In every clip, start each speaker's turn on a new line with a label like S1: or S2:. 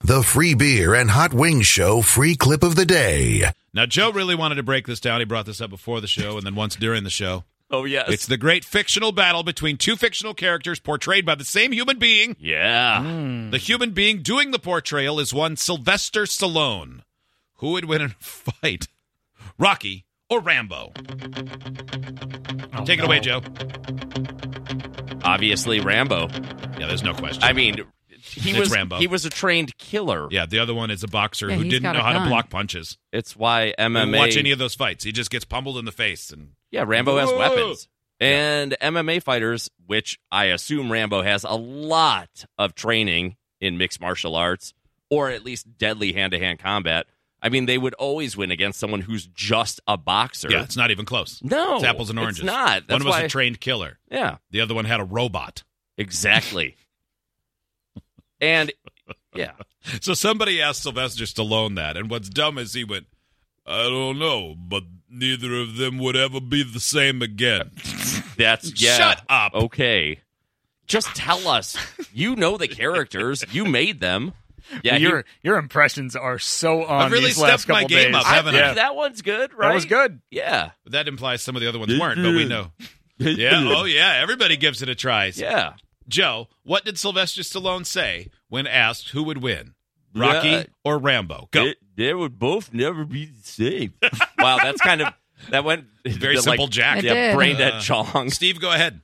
S1: The free beer and hot wings show free clip of the day.
S2: Now, Joe really wanted to break this down. He brought this up before the show and then once during the show.
S3: Oh yes.
S2: It's the great fictional battle between two fictional characters portrayed by the same human being.
S3: yeah.
S2: The human being doing the portrayal is one Sylvester Stallone. Who would win in a fight, Rocky or Rambo?
S3: Oh,
S2: Take it away, Joe.
S3: Obviously Rambo.
S2: Yeah, there's no question.
S3: I mean, he
S2: It's
S3: was
S2: Rambo.
S3: he was a trained killer.
S2: yeah, the other one is a boxer
S4: Yeah,
S2: who
S4: he's
S2: didn't
S4: got
S2: know
S4: a
S2: how to
S4: gun.
S2: block punches.
S3: It's why
S2: Didn't
S3: MMA.
S2: Watch any of those fights, he just gets pummeled in the face and
S3: yeah, Rambo has
S2: Whoa.
S3: weapons. And MMA fighters, which I assume Rambo has a lot of training in mixed martial arts or at least deadly hand-to-hand combat. I mean, they would always win against someone who's just a boxer.
S2: yeah, it's not even close.
S3: No,
S2: it's apples and oranges.
S3: It's not. That's
S2: one was
S3: why-
S2: a trained killer.
S3: yeah.
S2: The other one had a robot.
S3: Exactly. and yeah,
S2: So somebody asked Sylvester Stallone that, and what's dumb is he went, "I don't know, but neither of them would ever be the same again."
S3: that's yeah.
S2: Shut up.
S3: Okay. Just tell us. You know the characters. You made them. Yeah,
S5: your your impressions are so on
S2: I've really
S5: these last
S2: stepped my
S5: couple
S2: game
S5: days.
S2: up,
S3: he- I
S2: haven't
S3: think that one's good, right?
S5: That was good.
S3: Yeah.
S2: That implies some of the other ones weren't, but we know. Yeah. Oh yeah. Everybody gives it a try.
S3: Yeah.
S2: Joe, what did Sylvester Stallone say when asked who would win, Rocky
S3: Yeah.
S2: or Rambo? Go.
S3: they would both never be the same. wow, that's kind of that went
S2: Very
S3: the,
S2: simple,
S3: Like,
S2: Jack.
S4: It
S3: yeah,
S4: did.
S3: brain dead
S2: Uh,
S3: chong.
S2: Steve, go ahead.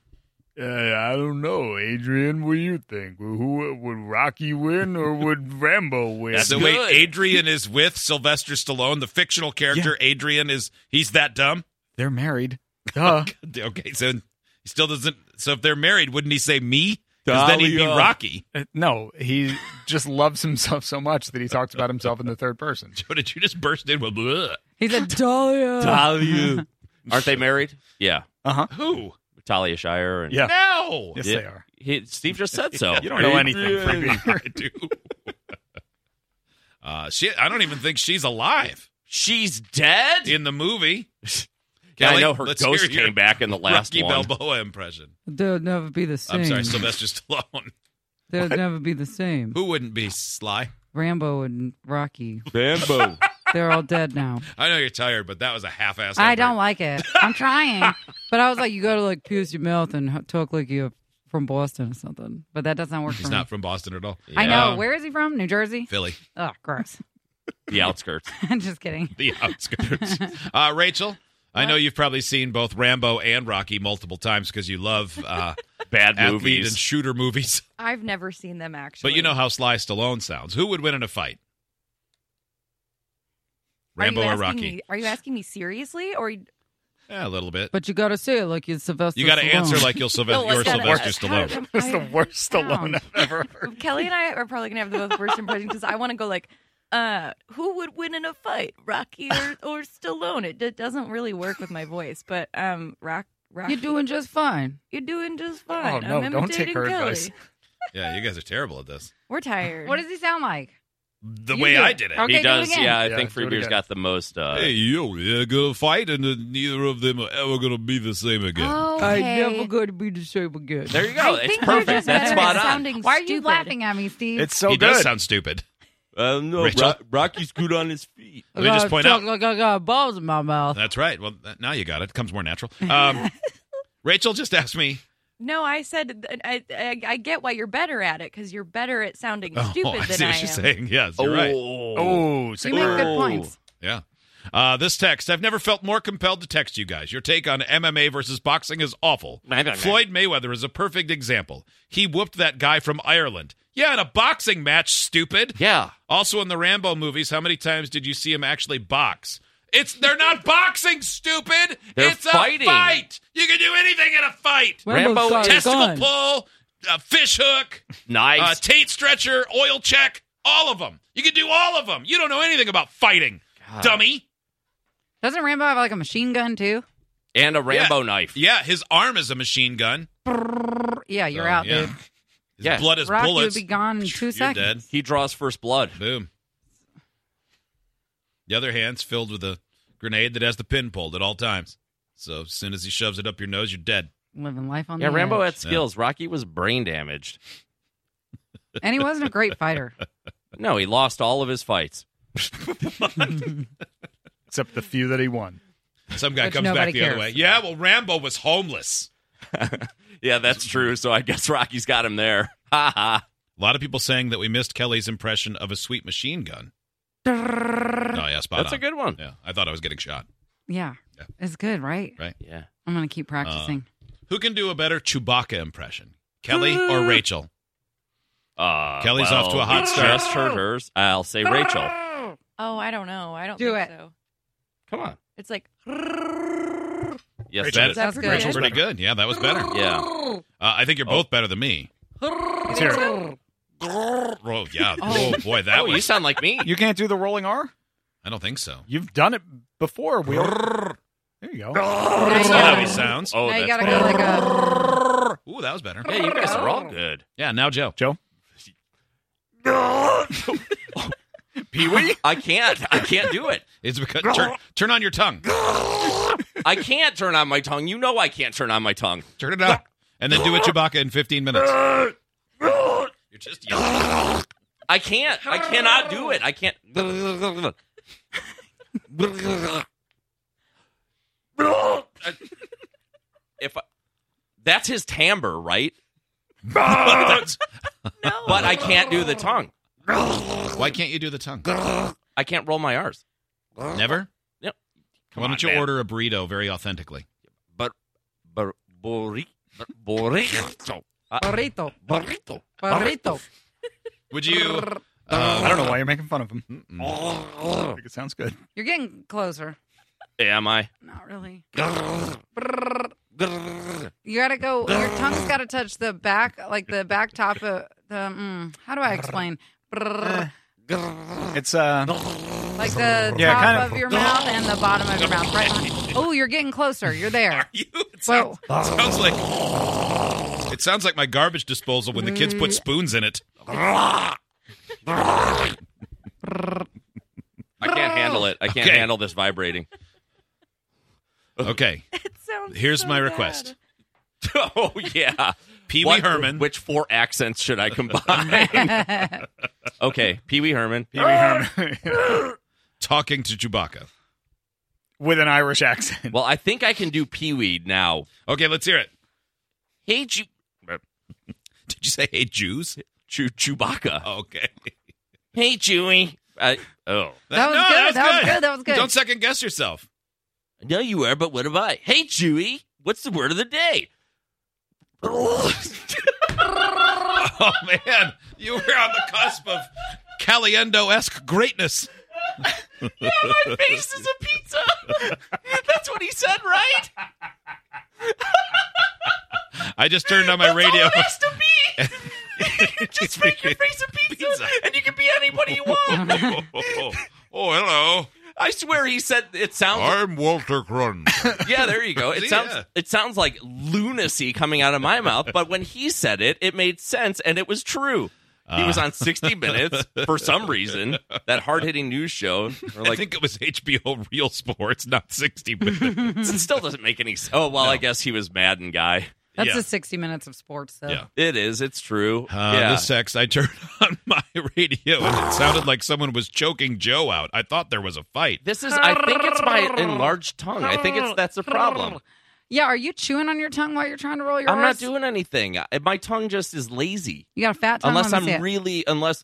S5: I don't know, Adrian. What do you think? Who would Rocky win or would Rambo win?
S2: so
S3: good.
S2: wait, Adrian is with Sylvester Stallone, the fictional character. Adrian is he's that dumb.
S5: They're married. Duh.
S2: Okay, so he still doesn't. So if they're married, wouldn't he say me? Because then he'd be
S3: Dalio.
S2: Rocky.
S5: Uh, no, he just loves himself so much that he talks about himself in the third person.
S2: Joe, did you just burst in with Bleh.
S4: He's a Dahlia.
S3: Talia. Aren't they married? Yeah.
S5: Uh huh.
S2: who?
S3: Talia Shire and
S5: Yeah.
S2: No,
S5: Yes,
S3: Yeah.
S5: they are.
S3: He- Steve just said so.
S5: You don't know anything,
S3: Adrian.
S5: freebie.
S2: I do. Uh, she, I don't even think she's alive
S3: She's dead.
S2: in the movie.
S3: Yeah, I
S2: Kelly,
S3: know her
S2: let's
S3: ghost
S2: hear your
S3: came back in the last
S2: Rocky
S3: one.
S2: Balboa impression.
S4: They'll never be the same.
S2: I'm sorry, Sylvester Stallone.
S4: They'll never be the same.
S2: Who wouldn't be Sly?
S4: Rambo and Rocky.
S3: Bambo.
S4: They're all dead now.
S2: I know you're tired, but that was a half-assed.
S4: I
S2: effort.
S4: don't like it. I'm trying. but I was like, you go to like pierce your mouth and h- talk like you're from Boston or something. But that doesn't work
S2: He's
S4: for
S2: not
S4: me.
S2: from Boston at all.
S4: I know.
S2: Um,
S4: Where is he from? New Jersey?
S2: Philly,
S4: Oh, gross.
S3: the outskirts.
S4: I'm just kidding.
S2: the outskirts. uh, Rachel, I know you've probably seen both Rambo and Rocky multiple times because you love uh,
S3: Bad
S2: athlete
S3: movies.
S2: and shooter movies.
S6: I've never seen them actually.
S2: But you know how Sly Stallone sounds. Who would win in a fight?
S6: Are you
S2: Rambo or
S6: asking
S2: Rocky?
S6: me- are you asking me seriously, or
S2: Yeah, a little bit.
S4: But you got to say it like you're Sylvester.
S2: you got to
S4: Stallone.
S2: answer like you'll Sylve-
S6: No,
S2: you're
S6: it's not a-
S2: Sylvester
S6: how-
S2: Stallone.
S6: how-
S5: That's the worst Stallone
S4: Ow.
S5: I've ever heard.
S6: Kelly and I are probably gonna have the most worst impression because I want to go like, uh, who would win in a fight, Rocky or, or Stallone? It, d doesn't really work with my voice, but um, Rock, Rocky,
S4: You're doing just fine.
S6: you're doing just fine.
S5: Oh, no,
S6: I'm
S5: don't take
S6: imitating
S5: her
S6: Kelly.
S5: advice.
S2: Yeah, you guys are terrible at this.
S6: We're tired.
S4: What does he sound like?
S2: The
S4: You
S2: way
S4: do
S2: I
S4: it.
S2: did it.
S3: he
S4: Okay, do it
S3: does.
S4: again.
S3: Yeah, I
S5: Yeah,
S3: think
S5: do it
S3: Freebier's
S5: again.
S3: got the most. Uh,
S2: you, you're gonna fight, and uh, neither of them are ever gonna be the same again.
S5: Oh,
S6: Okay.
S4: I never going to be the same again.
S3: There you go.
S6: I
S3: it's
S6: think we're
S3: perfect.
S6: just
S3: That's
S6: better
S3: spot
S6: at
S3: on.
S6: sounding
S4: Why are you
S6: stupid.
S4: laughing at me, Steve?
S5: It's so
S2: he
S5: good.
S2: does sound stupid.
S3: Um, no,
S2: Rachel? Ro-
S3: Rocky's good on his feet.
S2: Let me just point
S4: talk
S2: out-
S4: like I got balls in my mouth.
S2: That's right. Well, th- now you got it. Comes more natural. Um, Rachel just asked me.
S6: No, I said I, I, I get why you're better at it because you're better at sounding
S2: oh,
S6: stupid
S2: I
S6: than
S2: see
S6: I
S2: what
S6: am.
S2: she's saying. Yes, you're right.
S5: Oh,
S4: You make good
S3: Oh.
S4: points.
S2: Yeah. Uh, this text, I've never felt more compelled to text you guys. Your take on MMA versus boxing is awful.
S3: I don't know.
S2: Floyd Mayweather is a perfect example. He whooped that guy from Ireland. Yeah, in a boxing match, stupid.
S3: Yeah.
S2: Also in the Rambo movies, how many times did you see him actually box? It's they're not boxing, stupid.
S3: They're
S2: it's
S3: fighting.
S2: a fight. You can do anything in a fight.
S3: Rambo
S4: got a
S2: Testicle
S4: gun.
S2: pull, uh, fish hook, uh,
S3: Nice.
S2: Tate stretcher, oil check, all of them. You can do all of them. You don't know anything about fighting, dummy.
S4: Doesn't Rambo have like a machine gun too?
S3: and a Rambo knife.
S2: Yeah, his arm is a machine gun.
S4: Brrr. Yeah, you're
S2: So,
S4: out,
S2: Oh, yeah.
S4: dude.
S2: His
S3: Yeah.
S2: blood is
S4: Rocky
S2: bullets.
S4: would be gone in 2
S2: You're dead.
S4: seconds.
S3: He draws first blood.
S2: Boom. The other hand's filled with a grenade that has the pin pulled at all times. So as soon as he shoves it up your nose, you're dead.
S4: Living life on
S3: Yeah,
S4: the
S3: Rambo
S4: edge.
S3: had skills. Rocky was brain damaged.
S4: and he wasn't a great fighter.
S3: But no, he lost all of his fights.
S5: except the few that he won.
S2: Some guy
S4: Which
S2: comes back
S4: nobody
S2: the other
S4: cares
S2: way. Yeah, well, Rambo was homeless.
S3: Yeah, that's true. So I guess Rocky's got him there. Ha ha.
S2: A lot of people saying that we missed Kelly's impression of a sweet machine gun. No, yeah, spot
S3: That's
S2: on.
S3: a good one.
S2: Yeah, I thought I was getting shot.
S4: Yeah.
S2: Yeah. Uh,
S4: It's good, right?
S2: Right.
S3: Yeah.
S4: I'm going to keep practicing.
S2: Who can do a better Chewbacca impression, Kelly or Rachel?
S3: Uh,
S2: Kelly's off to a hot
S3: we
S2: start.
S3: Just heard hers. I'll say Rachel.
S6: Oh, I don't know. I don't
S4: Do
S6: think
S4: it.
S6: so.
S3: Come on.
S6: It's like
S3: Yes,
S5: Rachel.
S3: that
S6: is
S3: is.
S6: that
S4: That's good.
S6: pretty
S2: Rachel's
S6: good?
S2: pretty good. Yeah, that was better. Uh,
S3: Yeah.
S2: I think you're
S3: Oh.
S2: both better than me.
S5: Let's hear it.
S2: Oh yeah.
S4: Oh.
S2: Oh, boy, that
S3: oh, you
S2: was.
S3: sound like me.
S5: You can't do the rolling R?
S2: I don't think so.
S5: You've done it before, Will. There you go.
S2: That's
S4: gotta-
S2: not how he sounds.
S3: Oh,
S4: now you
S3: that's
S4: got to
S3: good.
S4: go like a.
S2: Ooh, that was better.
S3: Yeah, you guys are all good.
S2: Yeah, now Joe.
S5: Joe? Pee Wee?
S3: I can't. I can't do it.
S2: It's because turn, turn on your tongue.
S3: I can't turn on my tongue. You know I can't turn on my tongue.
S2: Turn it on, and then do a Chewbacca in 15 minutes. You're just yelling.
S3: I can't. I cannot do it. I can't. if I, that's his timbre, right?
S6: no.
S3: But I can't do the tongue.
S2: Why can't you do the tongue?
S3: I can't roll my R's.
S2: Never.
S3: Yep.
S2: Why
S3: Come
S2: don't
S3: on,
S2: you
S3: man.
S2: order a burrito very authentically?
S3: But, but burri, burrito,
S4: Burrito.
S3: burrito.
S4: Burrito.
S2: Would you?
S5: Uh,
S2: uh,
S5: I don't know why you're making fun of him.
S2: know.
S5: I think it sounds good.
S4: You're getting closer.
S3: Am I?
S4: Not really. You gotta go. Your tongue's gotta touch the back, like the back top of the. Mm, how do I explain?
S2: Eh.
S4: Brrr.
S5: It's uh
S4: Like the
S5: Yeah,
S4: top
S5: kind
S4: of,
S5: of-
S4: your mouth and the bottom of your mouth. Right behind. Oh, you're getting closer. You're there.
S2: You? It
S4: Whoa.
S2: sounds, sounds like it sounds like my garbage disposal when the kids
S4: Mm.
S2: put spoons in it.
S3: I can't handle it. I can't
S2: Okay.
S3: handle this vibrating.
S2: Okay,
S6: It sounds
S2: here's
S6: so
S2: my
S6: bad.
S2: request:
S3: oh yeah.
S2: Pee Wee
S3: What-
S2: Herman.
S3: Which four accents should I combine? okay, Pee Wee Herman.
S5: Pee Wee Herman
S2: talking to Chewbacca.
S5: with an Irish accent.
S3: Well, I think I can do Pee Wee now.
S2: Okay, let's hear it.
S3: Hey, Chew
S2: Did you say hey Jews?
S3: Chew- Chewbacca.
S2: Okay,
S3: Hey, Chewie. I, oh.
S4: That was
S2: No,
S4: good. That was good. That was good.
S2: Don't second guess yourself.
S3: I know you are, but what am I? Hey, Chewie. What's the word of the day?
S2: Oh man, you were on the cusp of Caliendo-esque greatness.
S3: My face is a pizza. That's what he said, right?
S2: I just turned on my radio.
S3: to be. Just make your face a pizza, and you can be anybody you want.
S2: oh, oh, oh, hello.
S3: I swear he said it sounds
S2: I'm Walter Crun.
S3: Yeah, there you go. It
S2: See,
S3: sounds
S2: yeah.
S3: it sounds like lunacy coming out of my mouth, but when he said it, it made sense and it was true. He
S2: Ah.
S3: was on 60 Minutes for some reason, that hard hitting news show. We're
S2: I
S3: like,
S2: think it was HBO Real Sports, not 60 minutes.
S3: it still doesn't make any sense. Oh, well, I guess he was Madden guy.
S4: That's
S2: Yeah.
S4: the 60 minutes of sports, though.
S2: Yeah.
S3: It is. It's true.
S2: Uh,
S3: yeah.
S2: The sex, I turned on my radio and it sounded like someone was choking Joe out. I thought there was a fight.
S3: This is, I think it's my enlarged tongue. I think it's that's a problem.
S4: Yeah, Are you chewing on your tongue while you're trying to roll your?
S3: I'm not
S4: R's?
S3: doing anything. I- My tongue just is lazy.
S4: You got a fat tongue.
S3: unless
S4: Let me see
S3: I'm
S4: it.
S3: really, unless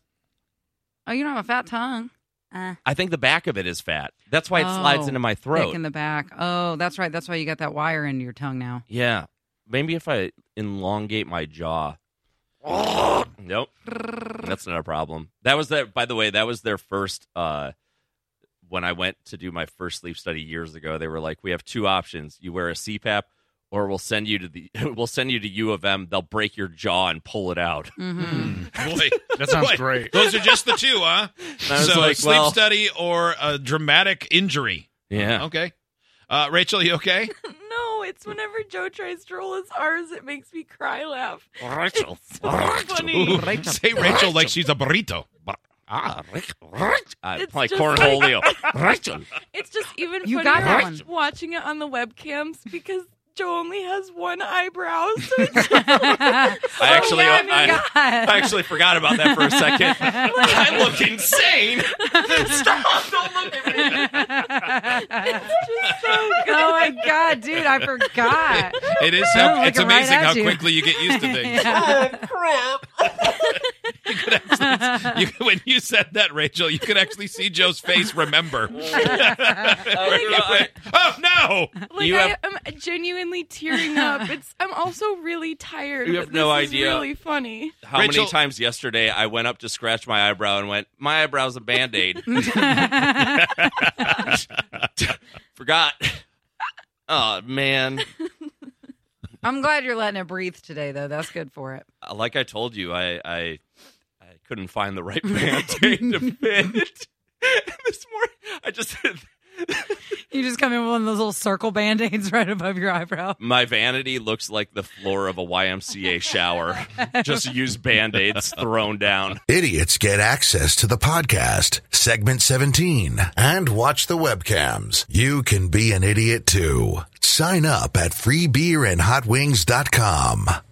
S4: Oh, you don't have a fat tongue. Uh,
S3: I think the back of it is fat. That's why it slides
S4: Oh,
S3: into my
S4: thick
S3: throat.
S4: in the back. Oh, that's right. That's why you got that wire into your tongue now.
S3: Yeah. Maybe if I elongate my jaw. nope. That's not a problem. That was their by the way, that was their first uh when I went to do my first sleep study years ago, they were like, We have two options. You wear a CPAP or we'll send you to the we'll send you to U of M, they'll break your jaw and pull it out.
S4: Mm-hmm.
S2: Boy,
S5: That sounds
S2: boy,
S5: great.
S2: Those are just the two, huh?
S3: I was
S2: so,
S3: like,
S2: sleep
S3: well-
S2: study or a dramatic injury.
S3: Yeah.
S2: Okay. Uh, Rachel, you okay?
S6: No, it's whenever Joe tries to roll his R's, it makes me cry laugh.
S3: Rachel.
S6: It's so funny.
S2: Ooh, Say Rachel like she's a burrito.
S3: Ah, Rachel. I
S6: It's
S3: play
S6: just-
S3: cornholio. Rachel.
S6: It's just even
S4: You got
S6: funnier
S4: that one.
S6: watching it on the webcams because Joe only has one eyebrow. So it's
S3: I actually,
S4: oh, my
S3: I,
S4: God.
S3: I actually forgot about that for a second. I look insane. Stop! Don't look at me.
S4: oh my god, dude, I forgot.
S2: It is. How,
S4: looking
S2: it's
S4: right
S2: amazing
S4: at
S2: how
S4: you.
S2: quickly you get used to things. you could actually, you, could- when you said that, Rachel, you could actually see Joe's face. Remember? oh no!
S6: like
S3: You
S6: I
S3: have-
S6: am genuinely tearing up. It's I'm also really tired.
S3: You
S6: but
S3: have no
S6: this is
S3: idea.
S6: Really funny.
S3: How
S2: Rachel-
S3: many times yesterday I went up to scratch my eyebrow and went, "My eyebrow's a band aid." Forgot. Oh man.
S4: I'm glad you're letting it breathe today, though. That's good for it.
S3: Uh, like I told you, I I, I couldn't find the right band-aid to fit. this morning, I just
S4: You just come in with one of those little circle band aids right above your eyebrow.
S3: my vanity looks like the floor of a YMCA shower. just use band-aids thrown down.
S1: Idiots get access to the podcast, segment 17, and watch the webcams. You can be an idiot too. Sign up at freebeerandhotwings.com.